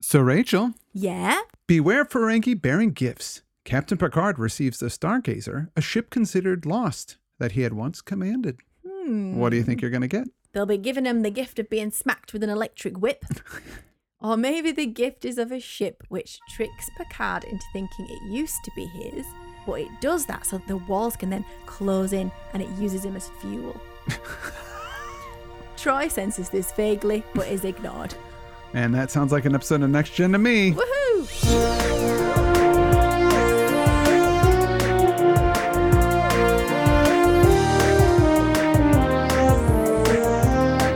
So, Rachel, Yeah? beware Ferengi bearing gifts. Captain Picard receives the Stargazer, a ship considered lost that he had once commanded. Hmm. What do you think you're going to get? They'll be giving him the gift of being smacked with an electric whip. or maybe the gift is of a ship which tricks Picard into thinking it used to be his, but it does that so the walls can then close in and it uses him as fuel. Troy senses this vaguely, but is ignored. And that sounds like an episode of Next Gen to me. Woohoo!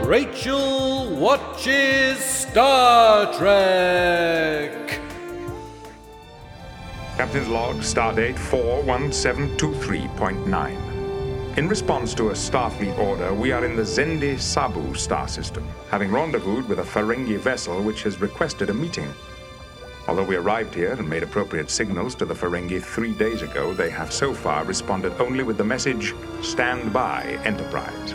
Rachel watches Star Trek. Captain's log, stardate 41723.9. In response to a Starfleet order, we are in the Zende Sabu star system, having rendezvoused with a Ferengi vessel which has requested a meeting. Although we arrived here and made appropriate signals to the Ferengi three days ago, they have so far responded only with the message Stand by, Enterprise.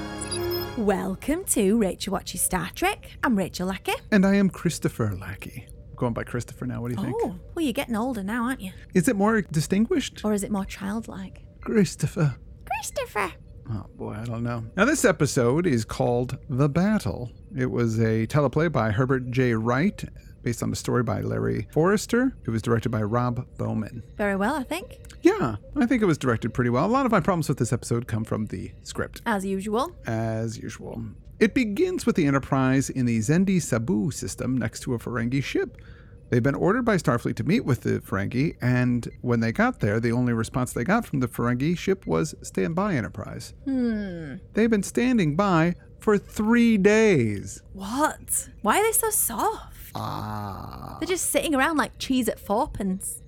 Welcome to Rachel Watches Star Trek. I'm Rachel Lackey. And I am Christopher Lackey. Going by Christopher now, what do you think? Oh, well, you're getting older now, aren't you? Is it more distinguished? Or is it more childlike? Christopher. Christopher! Oh boy, I don't know. Now, this episode is called The Battle. It was a teleplay by Herbert J. Wright, based on the story by Larry Forrester. It was directed by Rob Bowman. Very well, I think. Yeah, I think it was directed pretty well. A lot of my problems with this episode come from the script, As usual. as usual. It begins with the Enterprise in the Zendi Sabu system next to a Ferengi ship. They've been ordered by Starfleet to meet with the Ferengi, and when they got there, the only response they got from the Ferengi ship was stand by, Enterprise. Hmm. They've been standing by for three days. What? Why are they so soft? Ah. They're just sitting around like cheese at fourpence,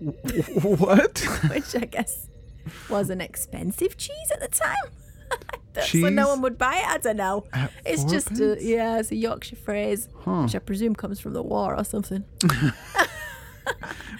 what? which I guess was an expensive cheese at the time. So Cheese no one would buy it. I don't know. at It's just a, fourpence? yeah, it's a Yorkshire phrase, which I presume comes from the war or something.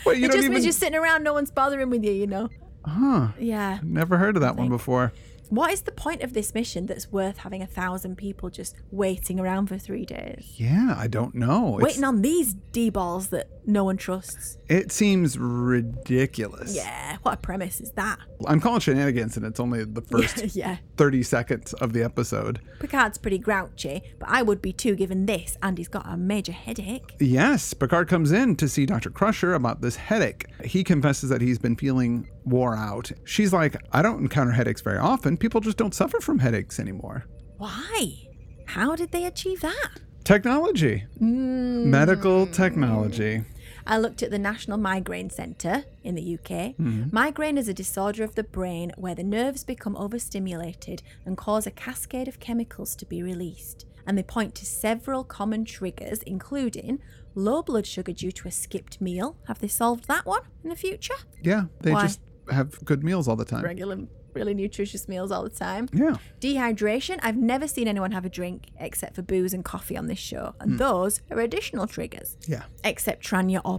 Wait, you it don't just even. means you're sitting around, no one's bothering with you, you know. Huh. Yeah. Never heard of that one before. What is the point of this mission that's worth having a thousand people just waiting around for three days? Yeah, I don't know. It's- Waiting on these D balls that no one trusts. It seems ridiculous. Yeah, what a premise is that? I'm calling shenanigans, and it's only the first yeah. 30 seconds of the episode. Picard's pretty grouchy, but I would be too given this, and he's got a major headache. Yes, Picard comes in to see Dr. Crusher about this headache. He confesses that he's been feeling wore out. She's like, I don't encounter headaches very often. People just don't suffer from headaches anymore. Why? How did they achieve that? Technology, medical technology. I looked at the National Migraine Centre in the UK. Migraine is a disorder of the brain where the nerves become overstimulated and cause a cascade of chemicals to be released. And they point to several common triggers, including low blood sugar due to a skipped meal. Have they solved that one in the future? Yeah, they Why? just have good meals all the time. Regular, really nutritious meals all the time. Yeah. Dehydration. I've never seen anyone have a drink except for booze and coffee on this show, and Hmm. those are additional triggers, Yeah. except tranya or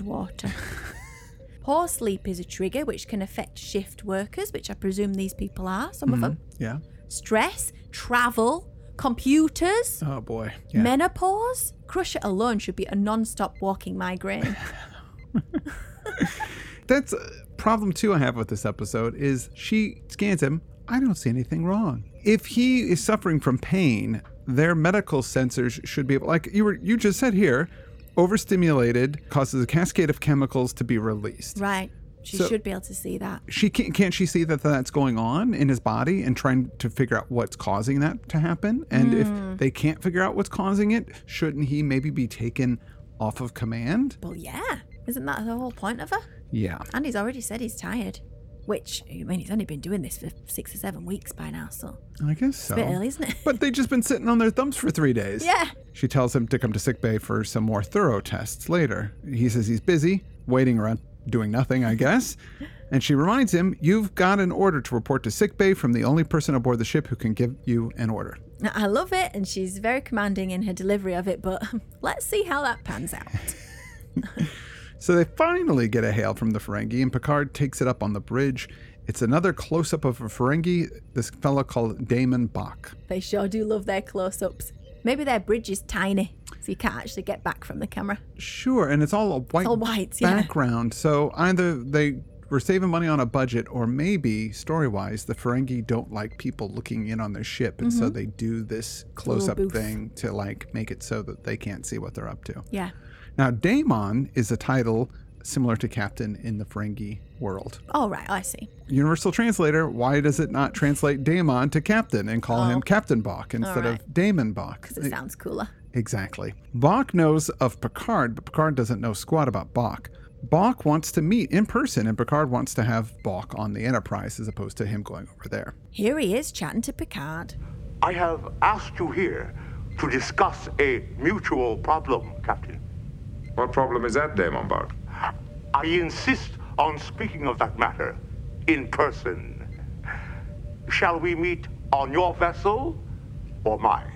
water. Poor sleep is a trigger which can affect shift workers, which I presume these people are, some Hmm. of them. Yeah. Stress, travel, computers, Oh, boy. Yeah. menopause. Crusher alone should be a non stop walking migraine. That's a problem two I have with this episode is she scans him. I don't see anything wrong. If he is suffering from pain, their medical sensors should be able, like you were you just said here, overstimulated causes a cascade of chemicals to be released. right. She So- should be able to see that. She can't, can't she see that that's going on in his body and trying to figure out what's causing that to happen? And if they can't figure out what's causing it, shouldn't he maybe be taken off of command? Well, yeah. Isn't that the whole point of her? Yeah. And he's already said he's tired. Which, I mean, he's only been doing this for six or seven weeks by now, so I guess so. a bit early, isn't it? But they've just been sitting on their thumbs for three days. Yeah. She tells him to come to sick bay for some more thorough tests later. He says he's busy, waiting around, doing nothing, I guess. and she reminds him, You've got an order to report to sick bay from the only person aboard the ship who can give you an order. I love it, and she's very commanding in her delivery of it, but let's see how that pans out. So they finally get a hail from the Ferengi, and Picard takes it up on the bridge. It's another close up of a Ferengi, this fella called Damon Bach. they sure do love their close ups. Maybe their bridge is tiny, so you can't actually get back from the camera. Sure, and it's all a white all whites, yeah. background. So either they were saving money on a budget, or maybe story wise, the Ferengi don't like people looking in on their ship, and Mm-hmm. so they do this close up booth. thing to like make it so that they can't see what they're up to. Yeah. Now, Daemon is a title similar to Captain in the Ferengi world. All right, I see. Universal Translator, why does it not translate Daemon to Captain and call Oh. him Captain Bach instead of Daemon Bach? Because it sounds cooler. Exactly. Bach knows of Picard, but Picard doesn't know squat about Bach. Bach wants to meet in person, and Picard wants to have Bach on the Enterprise as opposed to him going over there. Here he is chatting to Picard. I have asked you here to discuss a mutual problem, Captain. What problem is that, Damon Bart? I insist on speaking of that matter in person. Shall we meet on your vessel or mine?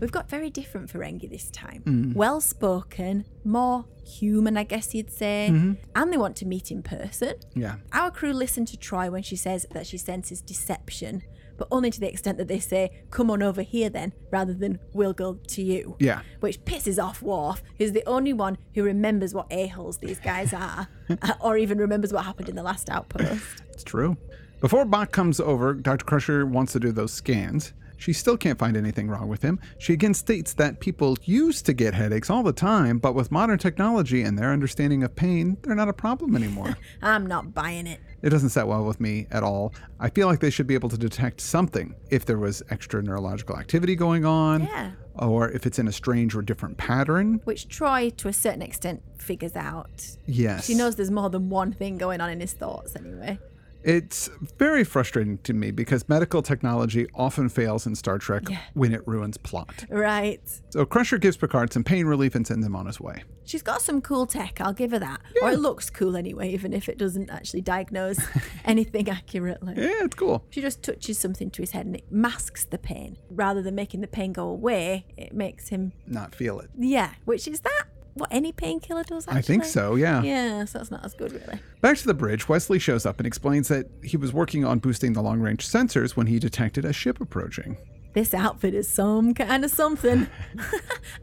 We've got very different Ferengi this time. Mm. Well spoken, more human, I guess you'd say. And they want to meet in person. Mm-hmm. Yeah. Our crew listen to Troy when she says that she senses deception, but only to the extent that they say, come on over here then, rather than we'll go to you. Yeah. Which pisses off Worf, who's the only one who remembers what a-holes these guys are, or even remembers what happened in the last outpost. It's true. Before Bach comes over, Dr. Crusher wants to do those scans. She still can't find anything wrong with him. She again states that people used to get headaches all the time, but with modern technology and their understanding of pain, they're not a problem anymore. I'm not buying it. It doesn't set well with me at all. I feel like they should be able to detect something if there was extra neurological activity going on, Yeah. or if it's in a strange or different pattern. Which Troy, to a certain extent, figures out. Yes. She knows there's more than one thing going on in his thoughts anyway. It's very frustrating to me because medical technology often fails in Star Trek when it ruins plot. Right. So Crusher gives Picard some pain relief and sends him on his way. She's got some cool tech, I'll give her that. Or it looks cool anyway, even if it doesn't actually diagnose anything accurately. Yeah, it's cool. She just touches something to his head and it masks the pain. Rather than making the pain go away, it makes him, Not feel it. yeah, which is that what any painkiller does actually? I think so, yeah. Yeah, so that's not as good, really. Back to the bridge, Wesley shows up and explains that he was working on boosting the long range sensors when he detected a ship approaching. This outfit is some kind of something.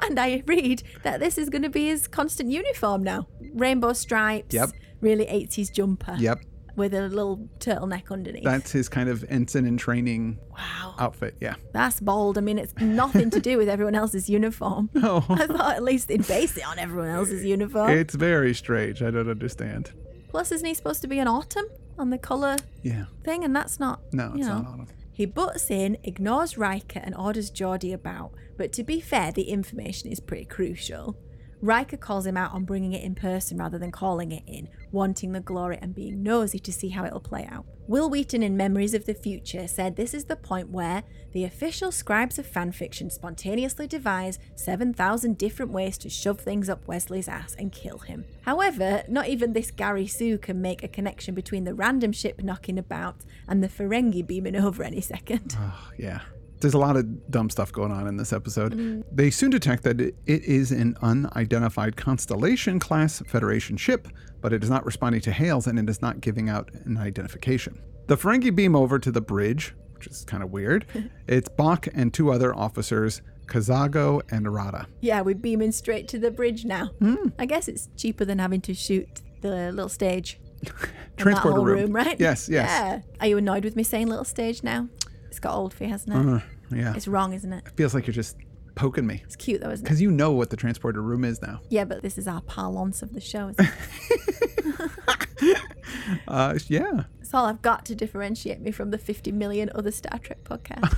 and I read that this is going to be his constant uniform now. Rainbow stripes. Yep. Really 80s jumper. Yep. With a little turtleneck underneath. That's his kind of ensign in training wow. outfit. Yeah. That's bold. I mean, it's nothing to do with everyone else's uniform. No. I thought at least they'd base it on everyone else's uniform. It's very strange. I don't understand. Plus, isn't he supposed to be an autumn on the colour Yeah. thing? And that's not. No, you it's know. not on him. He butts in, ignores Riker, and orders Geordie about. But to be fair, the information is pretty crucial. Riker calls him out on bringing it in person rather than calling it in, wanting the glory and being nosy to see how it'll play out. Will Wheaton in Memories of the Future said this is the point where the official scribes of fanfiction spontaneously devise 7,000 different ways to shove things up Wesley's ass and kill him. However, not even this Gary Sue can make a connection between the random ship knocking about and the Ferengi beaming over any second. Ah. Oh, Yeah. There's a lot of dumb stuff going on in this episode. Mm-hmm. They soon detect that it it is an unidentified Constellation class Federation ship, but it is not responding to hails and it is not giving out an identification. The Ferengi beam over to the bridge, which is kind of weird. it's Bach and two other officers, Kazago and Arata. Yeah, we're beaming straight to the bridge now. Hmm. I guess it's cheaper than having to shoot the little stage. in that Transporter whole room. room, right? Yes, yes. Yeah. Are you annoyed with me saying little stage now? It's got old for you, hasn't it? Uh. Yeah. It's wrong, isn't it? feels like you're just poking me It's cute though, isn't it? because you know what the transporter room is now. Yeah, but this is our parlance of the show. Isn't it? Uh, yeah. It's all I've got to differentiate me from the 50 million other Star Trek podcasts.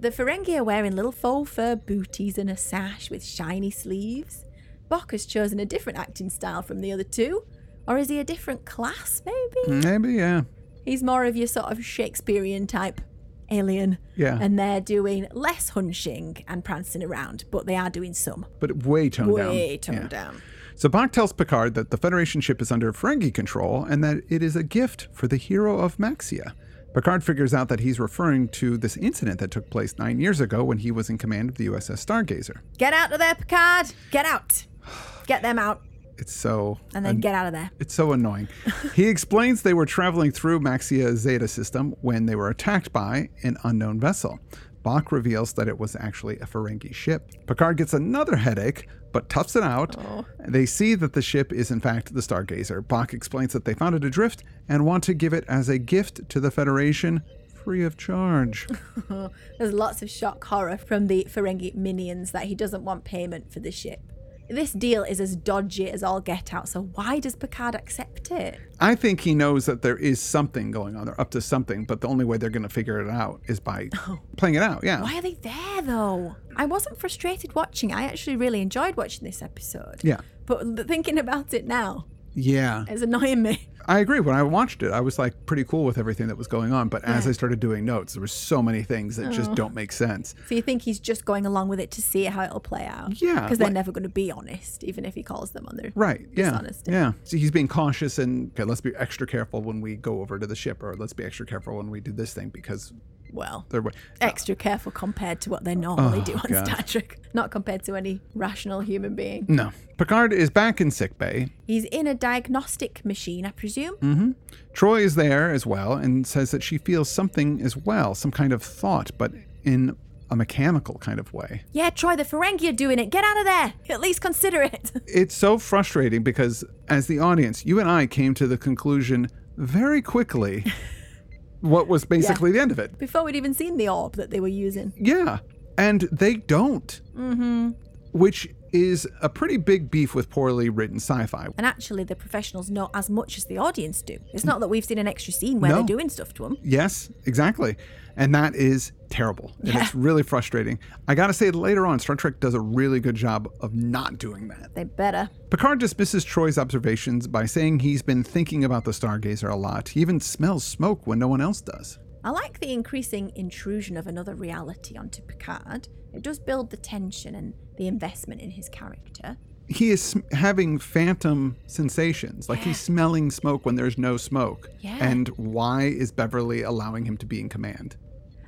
the Ferengi are wearing little faux fur booties and a sash with shiny sleeves. Bok has chosen a different acting style from the other two. Or is he a different class, maybe? Maybe, yeah. He's more of your sort of Shakespearean type alien. Yeah. And they're doing less hunching and prancing around, but they are doing some. But way toned down. Way toned Yeah. down. So Bach tells Picard that the Federation ship is under Ferengi control and that it is a gift for the hero of Maxia. Picard figures out that he's referring to this incident that took place nine years ago when he was in command of the USS Stargazer. Get out of there, Picard! Get out! Get them out, It's so and then get out of there. it's so annoying. he explains they were traveling through Maxia's Zeta system when they were attacked by an unknown vessel. Bach reveals that it was actually a Ferengi ship. Picard gets another headache, but toughs it out. They see that the ship is, in fact, the Stargazer. Bach explains that they found it adrift and want to give it as a gift to the Federation free of charge. There's lots of shock horror from the Ferengi minions that he doesn't want payment for the ship. This deal is as dodgy as all get out, so why does Picard accept it? I think he knows that there is something going on. They're up to something, but the only way they're going to figure it out is by playing it out. Yeah. Why are they there though? I wasn't frustrated watching. I actually really enjoyed watching this episode. Yeah. But th- thinking about it now Yeah. is annoying me. I agree. When I watched it, I was like pretty cool with everything that was going on. But as I started doing notes, there were so many things that just don't make sense. So you think he's just going along with it to see how it'll play out? Yeah, Because they're like- never going to be honest, even if he calls them on their Right. Yeah. dishonesty. Yeah. So he's being cautious and okay, let's be extra careful when we go over to the ship, or let's be extra careful when we do this thing because Well, they're. wa- extra careful compared to what they normally do on Oh, God. Star Trek. Not compared to any rational human being. No. Picard is back in sick bay. He's in a diagnostic machine, I presume. Hmm. Troy is there as well and says that she feels something as well, some kind of thought, but in a mechanical kind of way. Yeah, Troy, the Ferengi are doing it. Get out of there. At least consider it. it's so frustrating because as the audience, you and I came to the conclusion very quickly what was basically the end of it. Before we'd even seen the orb that they were using. Yeah. And they don't. Mm-hmm. Which is a pretty big beef with poorly written sci-fi. And actually, the professionals know as much as the audience do. It's not that we've seen an extra scene where No. they're doing stuff to him. Yes, exactly. And that is terrible. And it's really frustrating. I got to say later on Star Trek does a really good job of not doing that. They better. Picard dismisses Troy's observations by saying he's been thinking about the Stargazer a lot. He even smells smoke when no one else does. I like the increasing intrusion of another reality onto Picard. It does build the tension and the investment in his character. he is sm- having phantom sensations like he's smelling smoke when there's no smoke Yeah. and why is beverly allowing him to be in command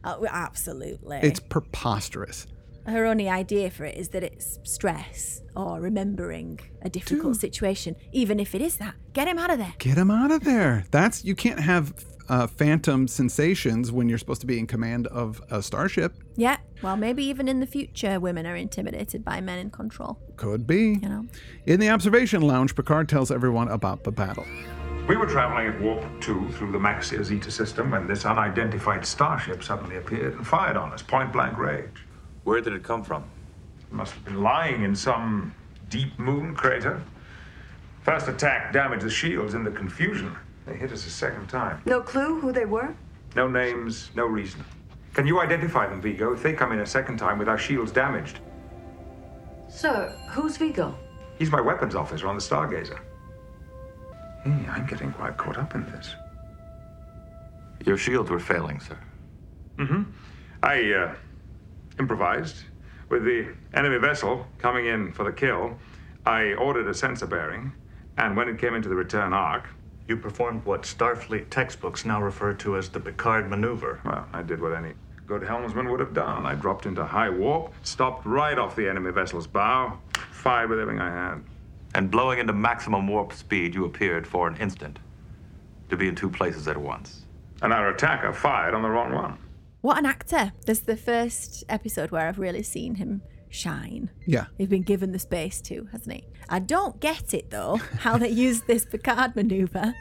Oh, absolutely. it's preposterous Her only idea for it is that it's stress or remembering a difficult situation, even if it is that. Get him out of there. get him out of there that's you can't have uh, phantom sensations when you're supposed to be in command of a starship Yeah. Well, maybe even in the future, women are intimidated by men in control. could be You know. in the observation lounge picard tells everyone about the battle We were traveling at warp 2 through the Maxia Zeta system when this unidentified starship suddenly appeared and fired on us, point blank range. Where did it come from? Must have been lying in some deep moon crater. First attack damaged the shields in the confusion. They hit us a second time. No clue who they were? No names, no reason. Can you identify them, Vigo, if they come in a second time with our shields damaged? Sir, who's Vigo? He's my weapons officer on the Stargazer. Hey, I'm getting quite caught up in this. Your shields were failing, sir. I uh, improvised. With the enemy vessel coming in for the kill, I ordered a sensor bearing, and when it came into the return arc, You performed what Starfleet textbooks now refer to as the Picard maneuver. well, I did what any good helmsman would have done. I dropped into high warp, stopped right off the enemy vessel's bow, fired with everything I had. And blowing into maximum warp speed, you appeared for an instant to be in two places at once. And our attacker fired on the wrong one. What an actor. This is the first episode where I've really seen him shine. yeah He's been given the space to, hasn't he? I don't get it though, how they used this Picard maneuver.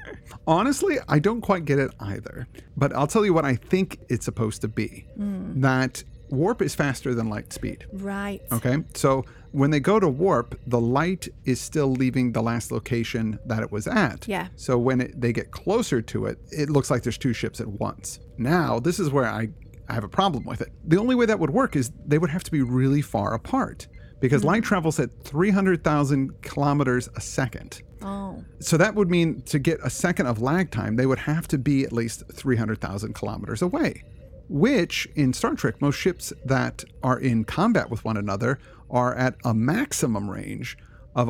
Honestly, I don't quite get it either. But I'll tell you what I think it's supposed to be Hmm. that warp is faster than light speed. Right. Okay. So when they go to warp, the light is still leaving the last location that it was at. Yeah. So when it, they get closer to it, it looks like there's two ships at once. Now, this is where I, I have a problem with it. The only way that would work is they would have to be really far apart because light travels at 300,000 kilometers a second. Oh. So that would mean to get a second of lag time, they would have to be at least 300,000 kilometers away, which in Star Trek, most ships that are in combat with one another are at a maximum range of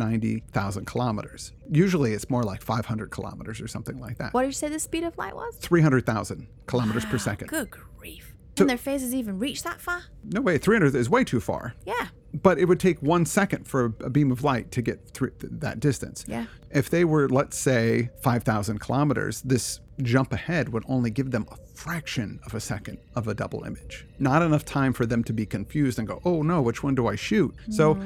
190,000 kilometers. Usually it's more like 500 kilometers or something like that. What did you say the speed of light was? 300,000 kilometers per second. Good grief. Can their phases even reach that far? No way, 300 is way too far. Yeah. but it would take one second for a a beam of light to get through th- that distance. Yeah. If they were, let's say, 5,000 kilometers, this jump ahead would only give them a fraction of a second of a double image. Not enough time for them to be confused and go, oh no, which one do I shoot? So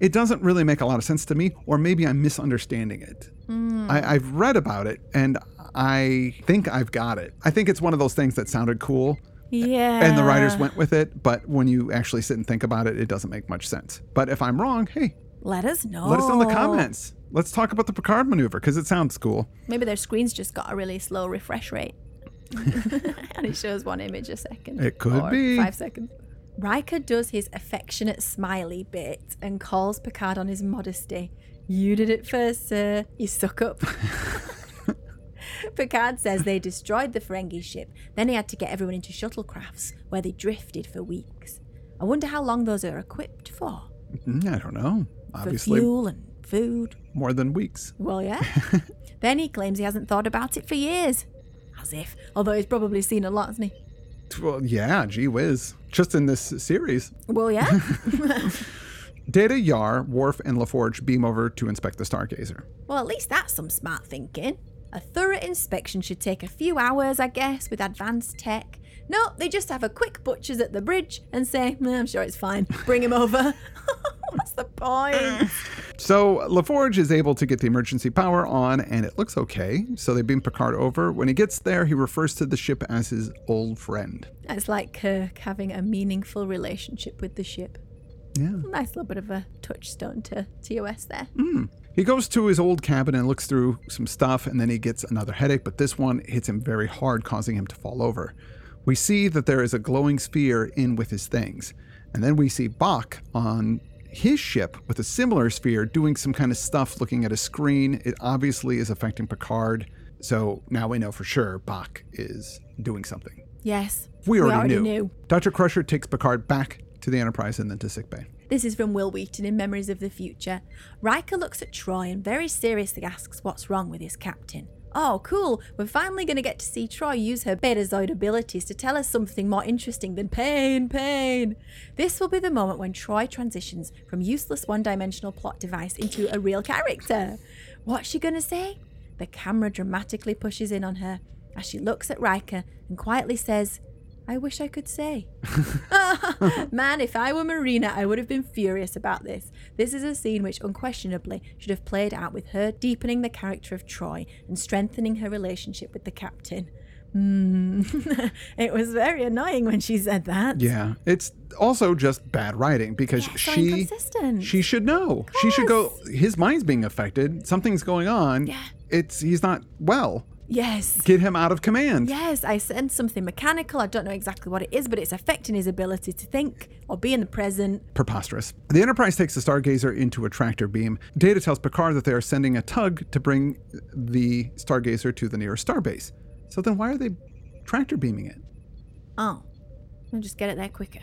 it doesn't really make a lot of sense to me, or maybe I'm misunderstanding it. I, I've read about it and I think I've got it. I think it's one of those things that sounded cool Yeah. and the writers went with it, but when you actually sit and think about it, it doesn't make much sense. But if I'm wrong, hey, Let us know. let us know in the comments. Let's talk about the Picard maneuver because it sounds cool. Maybe their screens just got a really slow refresh rate. and it shows one image a second. It could or be. Five seconds. Riker does his affectionate smiley bit and calls Picard on his modesty. You did it first, sir. You suck up. Picard says they destroyed the Ferengi ship, then he had to get everyone into shuttlecrafts where they drifted for weeks. I wonder how long those are equipped for. Mm, I don't know. For Obviously, fuel and food. more than weeks. Well, yeah. then he claims he hasn't thought about it for years. As if. Although he's probably seen a lot, hasn't he? Well, yeah, gee whiz. Just in this series, Well, yeah. Data, Yar, Worf, and LaForge beam over to inspect the Stargazer. well, at least that's some smart thinking. A thorough inspection should take a few hours, I guess, with advanced tech. No, they just have a quick butchers at the bridge and say, "Mm, I'm sure it's fine. Bring him over. What's the point? So LaForge is able to get the emergency power on, and it looks okay. So they beam Picard over. When he gets there, he refers to the ship as his old friend. it's like Kirk having a meaningful relationship with the ship. Yeah. Mm. Nice little bit of a touchstone to TOS there. He goes to his old cabin and looks through some stuff, and then he gets another headache, but this one hits him very hard, causing him to fall over. We see that there is a glowing sphere in with his things. And then we see Bach on his ship with a similar sphere doing some kind of stuff, looking at a screen. It obviously is affecting Picard. So now we know for sure Bach is doing something. Yes. We already, knew. Dr. Crusher takes Picard back to the Enterprise and then to sickbay. This is from Will Wheaton in Memories of the Future. Riker looks at Troy and very seriously asks what's wrong with his captain. Oh, cool, we're finally going to get to see Troy use her betazoid abilities to tell us something more interesting than pain, pain. This will be the moment when Troy transitions from useless one dimensional plot device into a real character. What's she going to say? The camera dramatically pushes in on her as she looks at Riker and quietly says, I wish I could say. Man, if I were Marina, I would have been furious about this. This is a scene which unquestionably should have played out with her deepening the character of Troy and strengthening her relationship with the captain. Hmm. it was very annoying when she said that. Yeah, it's also just bad writing because Yeah, so she inconsistent. she should know. She should go. His mind's being affected. Something's going on. Yeah. It's he's not well. Yes. Get him out of command. Yes, I sense something mechanical. I don't know exactly what it is, but it's affecting his ability to think or be in the present. Preposterous. The Enterprise takes the Stargazer into a tractor beam. Data tells Picard that they are sending a tug to bring the Stargazer to the nearest starbase. So then why are they tractor beaming it? Oh, I'll just get it there quicker.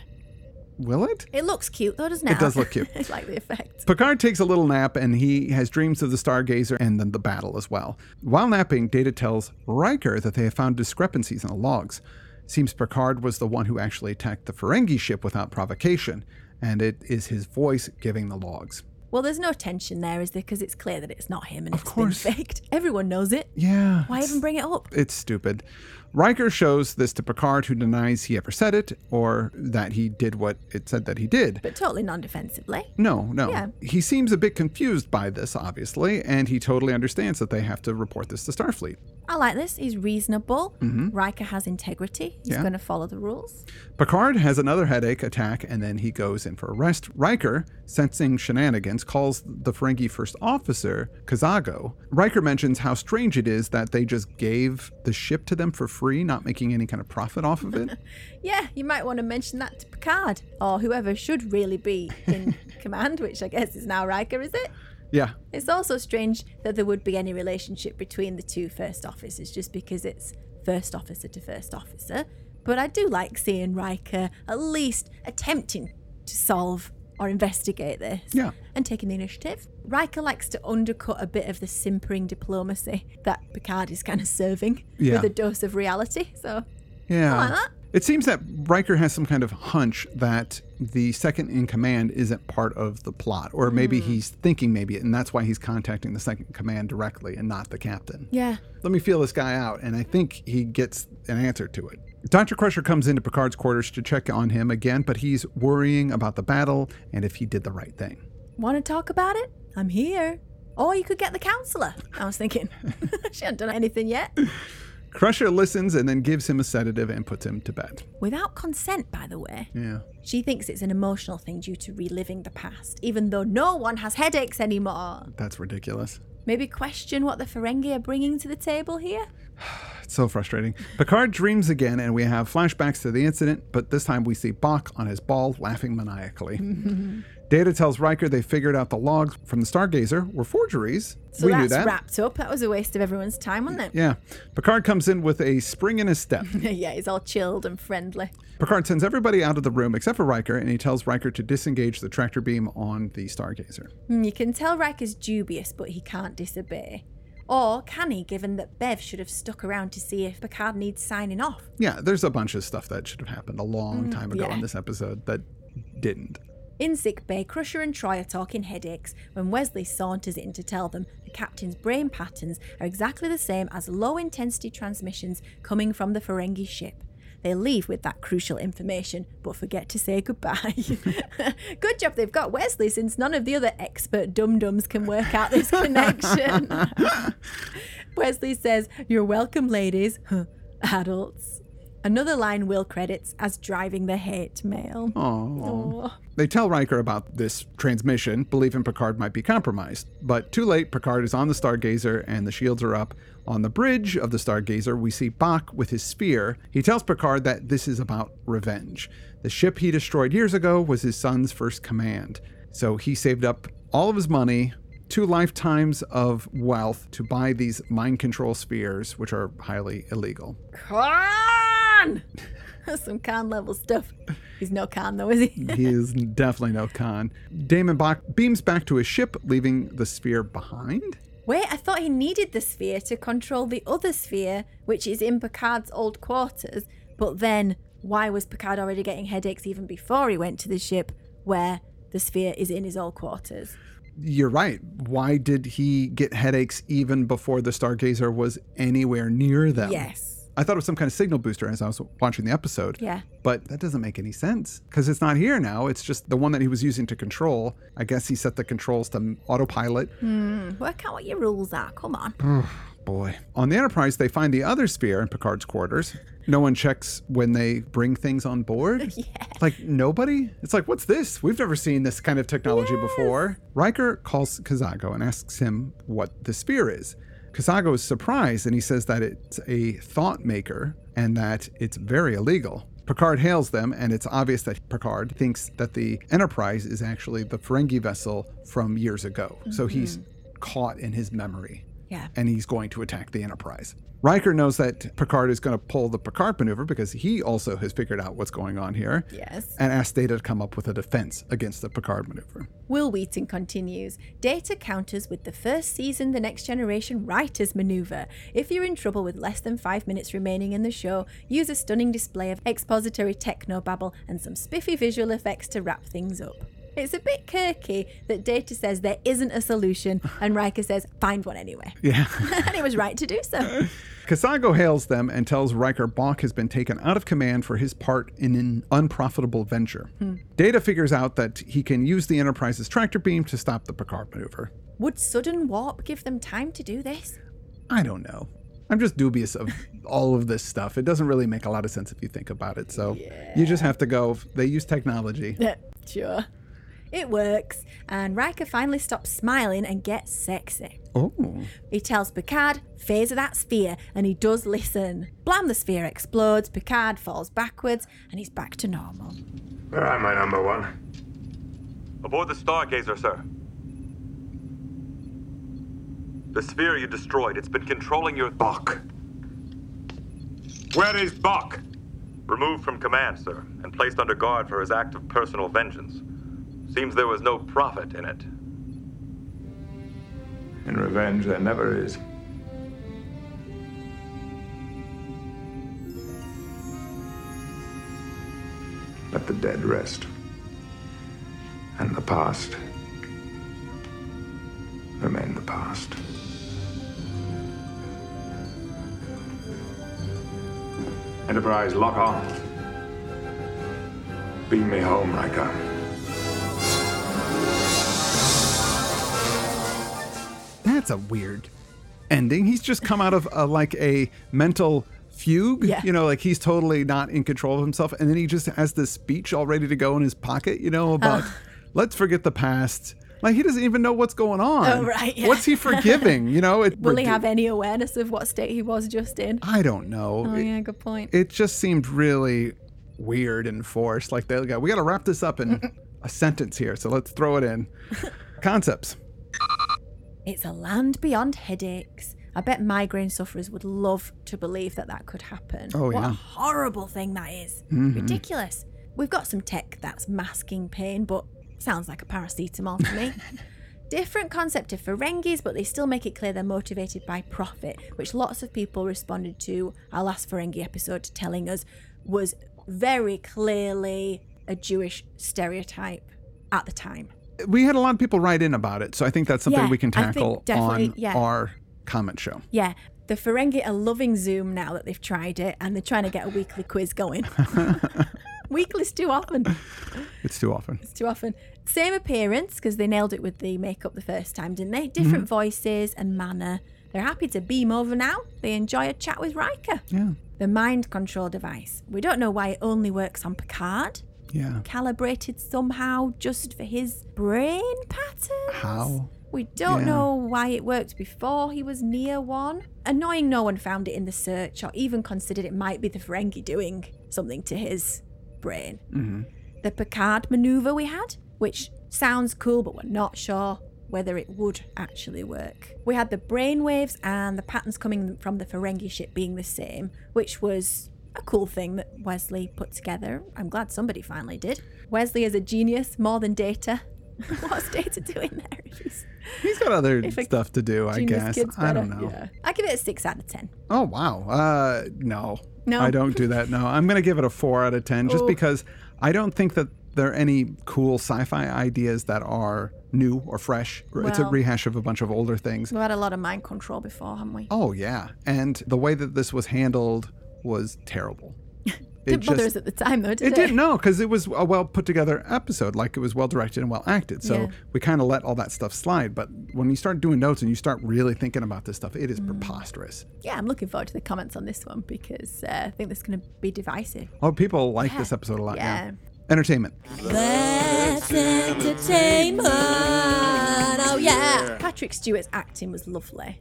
Will it? It looks cute though, doesn't it? It does look cute. it's like the effect. Picard takes a little nap and he has dreams of the Stargazer and then the battle as well. While napping, Data tells Riker that they have found discrepancies in the logs. Seems Picard was the one who actually attacked the Ferengi ship without provocation, and it is his voice giving the logs. Well, there's no tension there, is there? Because it's clear that it's not him and Of it's course. been faked. Everyone knows it. Yeah. Why even bring it up? It's stupid. Riker shows this to Picard, who denies he ever said it or that he did what it said that he did. But totally non defensively. No, no. Yeah. He seems a bit confused by this, obviously, and he totally understands that they have to report this to Starfleet. I like this. He's reasonable. Riker has integrity. He's Mm-hmm. Yeah. going to follow the rules. Picard has another headache attack and then he goes in for a rest. Riker, sensing shenanigans, calls the Ferengi first officer, Kazago. Riker mentions how strange it is that they just gave the ship to them for free, not making any kind of profit off of it. Yeah, you might want to mention that to Picard or whoever should really be in command, which I guess is now Riker, is it? yeah. It's also strange that there would be any relationship between the two first officers just because it's first officer to first officer. But I do like seeing Riker at least attempting to solve or investigate this Yeah. and taking the initiative. Riker likes to undercut a bit of the simpering diplomacy that Picard is kind of serving Yeah. with a dose of reality. So Yeah. I like that. It seems that Riker has some kind of hunch that the second in command isn't part of the plot, or maybe he's thinking maybe, and that's why he's contacting the second in command directly and not the captain. Yeah. Let me feel this guy out, and I think he gets an answer to it. Dr. Crusher comes into Picard's quarters to check on him again, but he's worrying about the battle and if he did the right thing. Want to talk about it? I'm here. Or you could get the counselor. I was thinking, she hadn't done anything yet. Crusher listens and then gives him a sedative and puts him to bed. Without consent, by the way. Yeah. She thinks it's an emotional thing due to reliving the past, even though no one has headaches anymore. That's ridiculous. Maybe question what the Ferengi are bringing to the table here? It's so frustrating. Picard dreams again, and we have flashbacks to the incident, but this time we see Bach on his ball laughing maniacally. Data tells Riker they figured out the logs from the Stargazer were forgeries. So we that's knew that. wrapped up. That was a waste of everyone's time, wasn't it? Yeah. Picard comes in with a spring in his step. Yeah, he's all chilled and friendly. Picard sends everybody out of the room except for Riker, and he tells Riker to disengage the tractor beam on the Stargazer. Hmm, You can tell Riker's dubious, but he can't disobey. Or can he, given that Bev should have stuck around to see if Picard needs signing off? Yeah, there's a bunch of stuff that should have happened a long time ago yeah. in this episode that didn't. In sick bay, Crusher and Troy are talking headaches when Wesley saunters in to tell them the captain's brain patterns are exactly the same as low intensity transmissions coming from the Ferengi ship. They leave with that crucial information, but forget to say goodbye. Good job they've got Wesley, since none of the other expert dum dums can work out this connection. Wesley says, You're welcome, ladies, adults. Another line Will credits as driving the hate mail. Aw. They tell Riker about this transmission, believing Picard might be compromised. But too late, Picard is on the Stargazer and the shields are up. On the bridge of the Stargazer, we see Bach with his spear. He tells Picard that this is about revenge. The ship he destroyed years ago was his son's first command. So he saved up all of his money, two lifetimes of wealth, to buy these mind control spheres, which are highly illegal. Khan! Some Khan level stuff. He's no Khan though, is he? he is definitely no con. Damon Bach beams back to his ship, leaving the sphere behind. Wait, I thought he needed the sphere to control the other sphere, which is in Picard's old quarters. But then, why was Picard already getting headaches even before he went to the ship where the sphere is in his old quarters? You're right. Why did he get headaches even before the Stargazer was anywhere near them? Yes. I thought it was some kind of signal booster as I was watching the episode. Yeah. But that doesn't make any sense because it's not here now. It's just the one that he was using to control. I guess he set the controls to autopilot. Work out what your rules are, come on. Boy. On the Enterprise, they find the other sphere in Picard's quarters. No one checks when they bring things on board. Like, nobody? It's like, what's this? We've never seen this kind of technology before. Riker calls Kazago and asks him what the sphere is. Kazago is surprised and he says that it's a thought maker and that it's very illegal. Picard hails them, and it's obvious that Picard thinks that the Enterprise is actually the Ferengi vessel from years ago. So he's caught in his memory Yeah. and he's going to attack the Enterprise. Riker knows that Picard is going to pull the Picard maneuver because he also has figured out what's going on here. Yes. And asks Data to come up with a defense against the Picard maneuver. Will Wheaton continues. Data counters with the first season The Next Generation Writer's Maneuver. If you're in trouble with less than five minutes remaining in the show, use a stunning display of expository techno babble and some spiffy visual effects to wrap things up. It's a bit quirky that Data says there isn't a solution and Riker says, find one anyway. Yeah. and he was right to do so. Kasago hails them and tells Riker Bach has been taken out of command for his part in an unprofitable venture. Data figures out that he can use the Enterprise's tractor beam to stop the Picard maneuver. Would sudden warp give them time to do this? I don't know. I'm just dubious of all of this stuff. It doesn't really make a lot of sense if you think about it. So you just have to go. They use technology. Yeah, sure. It works, and Riker finally stops smiling and gets sexy. Oh. He tells Picard, phase of that sphere, and he does listen. Blam, the sphere explodes, Picard falls backwards, and he's back to normal. Where am I, number one? Aboard the Stargazer, sir. The sphere you destroyed, it's been controlling your. Bach. Where is Bach? Removed from command, sir, and placed under guard for his act of personal vengeance. Seems there was no profit in it. In revenge, there never is. the dead rest. And the past remain the past. Enterprise, lock on. Beam me home, Riker. That's a weird ending. He's just come out of a, like a mental fugue. Yeah. You know, like he's totally not in control of himself. And then he just has this speech all ready to go in his pocket, you know, about let's forget the past. Like he doesn't even know what's going on. Oh, right, yeah. What's he forgiving? You know, it, Will he have any awareness of what state he was just in? I don't know. Oh, It- yeah, good point. it just seemed really weird and forced. Like they got, we got to wrap this up in a sentence here, so let's throw it in. Concepts. It's a land beyond headaches. I bet migraine sufferers would love to believe that that could happen. Oh, what yeah. Mm-hmm. a horrible thing that is. Ridiculous. We've got some tech that's masking pain, but sounds like a paracetamol to me. Different concept of Ferengis, but they still make it clear they're motivated by profit, which lots of people responded to our last Ferengi episode telling us was very clearly a Jewish stereotype at the time. We had a lot of people write in about it, so I think that's something Yeah, we can I think tackle definitely, on yeah. our comment show. Yeah, the Ferengi are loving Zoom now that they've tried it and they're trying to get a weekly quiz going. Weekly's too often. It's too often. It's too often. Same appearance because they nailed it with the makeup the first time, didn't they? Different Mm-hmm. voices and manner. They're happy to beam over now. They enjoy a chat with Riker. Yeah. The mind control device. We don't know why it only works on Picard. Yeah. Calibrated somehow just for his brain patterns. How? We don't Yeah. know why it worked before he was near one. Annoying no one found it in the search or even considered it might be the Ferengi doing something to his brain. The Picard maneuver we had, which sounds cool, but we're not sure whether it would actually work. We had the brainwaves and the patterns coming from the Ferengi ship being the same, which was a cool thing that Wesley put together. I'm glad somebody finally did. Wesley is a genius, more than Data. What's Data doing there? if he's- He's got other If a stuff to do, I Genius guess. kid's I better, don't know. yeah. I give it a six out of ten. Oh wow. Uh no. No? I don't do that. No. I'm going to give it a 4 out of 10 just Oh. because I don't think that there are any cool sci-fi ideas that are new or fresh. it's a Well- rehash of a bunch of older things. We've had a lot of mind control before, haven't we? Oh yeah. And the way that this was handled was terrible. didn't bother us at the time though, did it didn't know because it was a well put together episode. Like it was well directed and well acted. So Yeah. we kind of let all that stuff slide. But when you start doing notes and you start really thinking about this stuff, Mm. it is preposterous. Yeah, I'm looking forward to the comments on this one because uh, I think that's going to be divisive. Oh, people like Yeah. this episode a lot. Yeah. Yeah. Entertainment. That's entertainment. Oh yeah. Patrick Stewart's acting was lovely.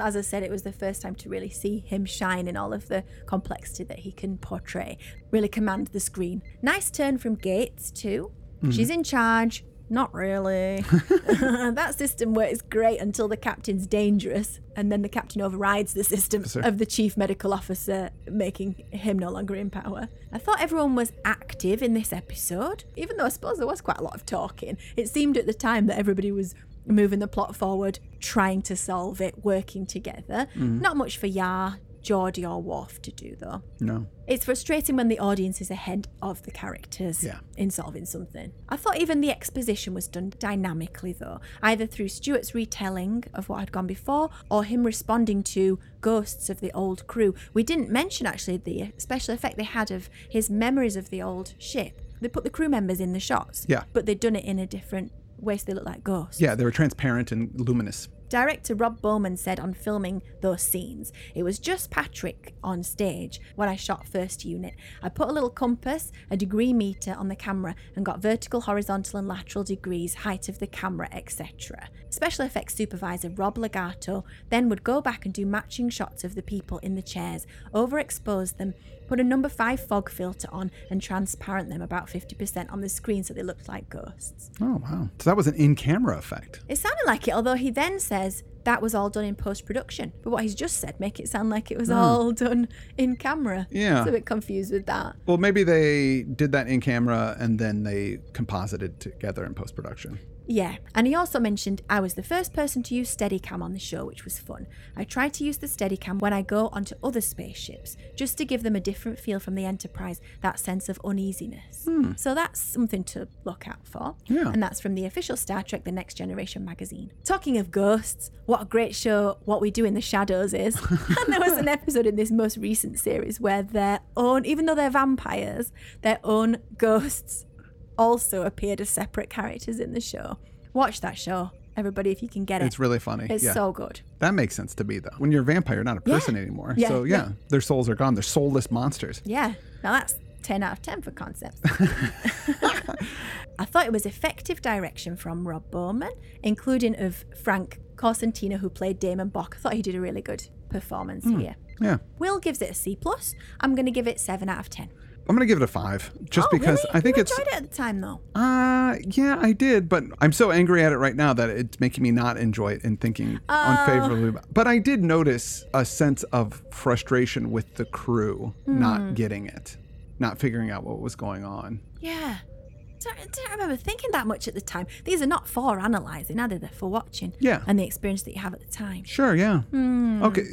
As I said, it was the first time to really see him shine in all of the complexity that he can portray, really command the screen. Nice turn from Gates too. She's in charge. Not really. that system works great until the captain's dangerous, and then the captain overrides the system of the chief medical officer, making him no longer in power. I thought everyone was active in this episode, even though I suppose there was quite a lot of talking. It seemed at the time that everybody was moving the plot forward, trying to solve it, working together. Mm-hmm. Not much for Yar, Geordie, or Worf to do, though. No. It's frustrating when the audience is ahead of the characters Yeah. in solving something. I thought even the exposition was done dynamically, though, either through Stuart's retelling of what had gone before or him responding to ghosts of the old crew. We didn't mention actually the special effect they had of his memories of the old ship. They put the crew members in the shots, Yeah. but they'd done it in a different way, so they look like ghosts. Yeah, they were transparent and luminous. Director Rob Bowman said on filming those scenes, it was just Patrick on stage when I shot first unit. I put a little compass, a degree meter on the camera and got vertical, horizontal and lateral degrees, height of the camera, etc. Special effects supervisor Rob Legato then would go back and do matching shots of the people in the chairs, overexpose them, put a number 5 fog filter on and transparent them about 50% on the screen so they looked like ghosts. Oh wow. So that was an in-camera effect. It sounded like it, although he then says that was all done in post production. But what he's just said make it sound like it was all done in camera. Yeah. So a bit confused with that. Well, maybe they did that in camera and then they composited together in post-production. Yeah, and he also mentioned I was the first person to use Steadicam on the show, which was fun. I try to use the Steadicam when I go onto other spaceships, just to give them a different feel from the Enterprise, that sense of uneasiness. So that's something to look out for. Yeah. And that's from the official Star Trek The Next Generation magazine. Talking of ghosts, what a great show What We Do in the Shadows is. and there was an episode in this most recent series where their own, even though they're vampires, their own ghosts also appeared as separate characters in the show. Watch that show, everybody, if you can get it. It's really funny. It's yeah. so good. That makes sense to me, though. When you're a vampire, you're not a person anymore. Yeah, So, yeah, their souls are gone. They're soulless monsters. Yeah. Now that's 10 out of 10 for concepts. I thought it was effective direction from Rob Bowman, including of Frank Corsentino, who played Damon Bock. I thought he did a really good performance Hmm. here. Yeah. Will gives it a C plus. I'm going to give it seven out of ten. I'm going to give it a five just oh, because really? I think you it's. enjoyed it at the time though. Uh, yeah, I did, but I'm so angry at it right now that it's making me not enjoy it and thinking Uh. unfavorably. about- But I did notice a sense of frustration with the crew Hmm. not getting it, not figuring out what was going on. Yeah. Don't, I don't remember thinking that much at the time. These are not for analysing, are they? They're for watching. Yeah. And the experience that you have at the time. Sure, yeah. Hmm. Okay,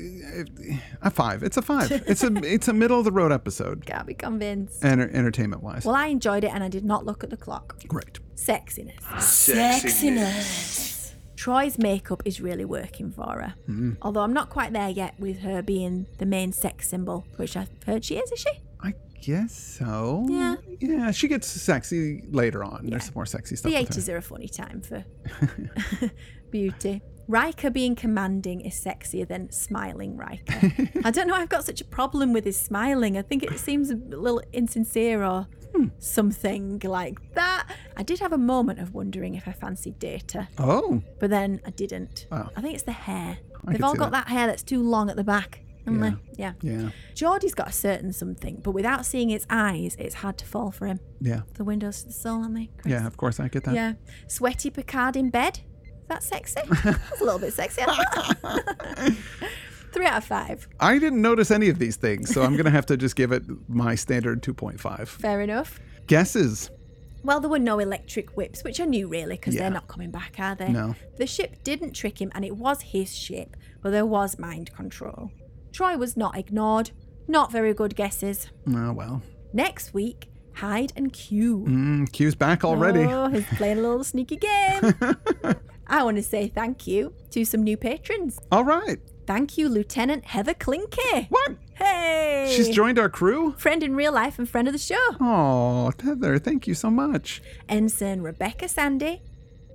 a five. It's a five. It's a it's a middle of the road episode, Can't be convinced. enter- entertainment wise. Well, I enjoyed it and I did not look at the clock. Great. Sexiness. Sexiness. Troy's makeup is really working for her. Although I'm not quite there yet with her being the main sex symbol, which I've heard she is, is she? I guess so. Yeah. Yeah, she gets sexy later on. There's some more sexy stuff. The with her. 80s are a funny time for beauty. Riker being commanding is sexier than smiling Riker. I don't know why I've got such a problem with his smiling. I think it seems a little insincere or Hmm. something like that. I did have a moment of wondering if I fancied Data, Oh, but then I didn't. Oh. I think it's the hair. I They've could all see got that. hair that's too long at the back. haven't they? yeah. yeah, Geordie's got a certain something, but without seeing its eyes, it's hard to fall for him. yeah, The windows to the soul, aren't they? Chris? yeah. Of course, I get that. Yeah. Sweaty Picard in bed. Is that sexy? That's a little bit sexy. I like that. Three out of five. I didn't notice any of these things, so I'm gonna have to just give it my standard 2.5. Fair enough. Guesses? Well, there were no electric whips, which I knew really because Yeah. they're not coming back, are they? No. The ship didn't trick him and it was his ship, but there was mind control. Troy was not ignored. Not very good guesses. Oh well. Next week, hide and cue. Mm, Q's back already. Oh, he's playing a little sneaky game. I want to say thank you to some new patrons. All right. Thank you, Lieutenant Heather Klinke. What? Hey! She's joined our crew. friend in real life and friend of the show. Oh, Heather, thank you so much. Ensign Rebecca Sandy,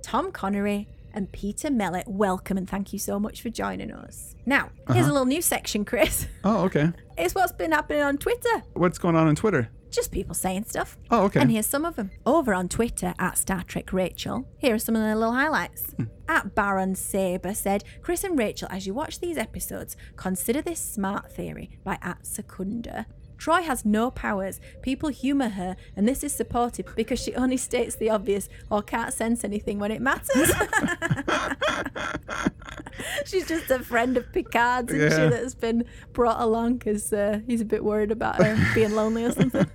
Tom Connery, and Peter Mellett. Welcome and thank you so much for joining us. Now, Uh-huh. here's a little new section, Chris. Oh, okay. It's what's been happening on Twitter. What's going on on Twitter? Just people saying stuff. Oh, okay. And here's some of them. Over on Twitter at Star Trek Rachel, here are some of their little highlights. Hmm. At Baron Saber said, Chris and Rachel, as you watch these episodes, consider this smart theory by at Secunda. Troy has no powers. People humour her, and this is supported because she only states the obvious or can't sense anything when it matters. She's just a friend of Picard's, isn't Yeah. she, that's been brought along because uh, he's a bit worried about her being lonely or something.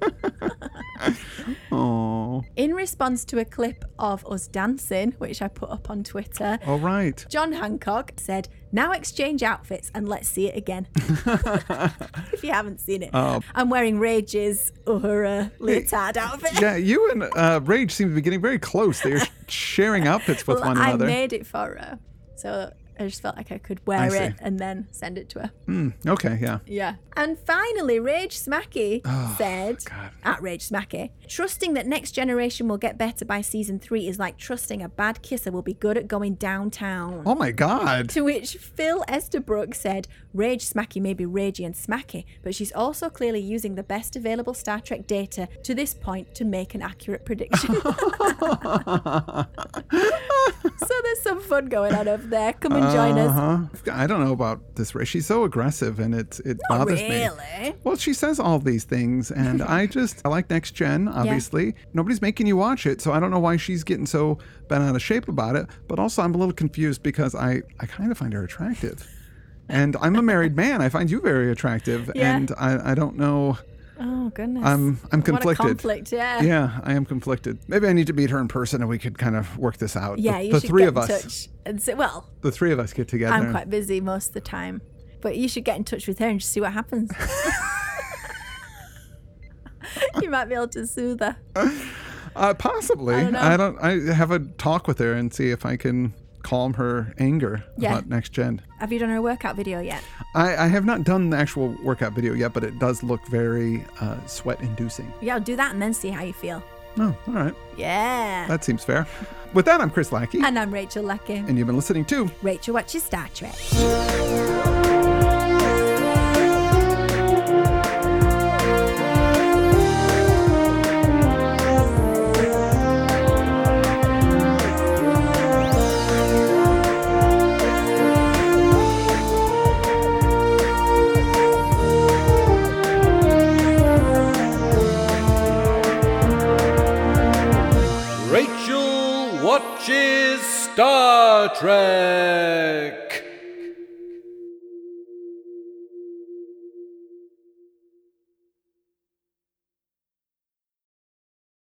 Oh, In response to a clip of us dancing, which I put up on Twitter, all right. John Hancock said, Now exchange outfits and let's see it again. if you haven't seen it, Oh. I'm wearing Rage's Uhura leotard outfit. Yeah, you and uh, Rage seem to be getting very close. They're sharing outfits with Well, one I another. made it for her. So I just felt like I could wear see. it and then send it to her. okay, yeah. Yeah. And finally, Rage Smacky Oh, said, at Rage Smacky, trusting that Next Generation will get better by season three is like trusting a bad kisser will be good at going downtown. Oh my God. To which Phil Esterbrook said, Rage Smacky may be ragey and smacky, but she's also clearly using the best available Star Trek data to this point to make an accurate prediction. so there's some fun going on over there. Come and join us. Uh huh. I don't know about this Rage. She's so aggressive, and it it bothers me. Really? Well, she says all these things, and I just I like Next Gen. Obviously, nobody's making you watch it, so I don't know why she's getting so bent out of shape about it. But also, I'm a little confused because I I kind of find her attractive, and I'm a married man. I find you very attractive, Yeah. and I I don't know. Oh goodness. I'm I'm What a conflicted. conflict. Yeah. Yeah, I am conflicted. Maybe I need to meet her in person and we could kind of work this out. Yeah, the, you the should three get of in us. touch and say, well, The three of us get together. I'm quite busy most of the time, but you should get in touch with her and just see what happens. you might be able to soothe her. uh, possibly. I don't know. I don't. I have a talk with her and see if I can calm her anger Yeah. about next gen. Have you done her workout video yet? I, I have not done the actual workout video yet, but it does look very uh, sweat-inducing. Yeah, do that and then see how you feel. Oh, all right. Yeah. That seems fair. With that, I'm Chris Lackey, and I'm Rachel Lucky. and you've been listening to Rachel watches Star Trek. Rachel watches Star Trek.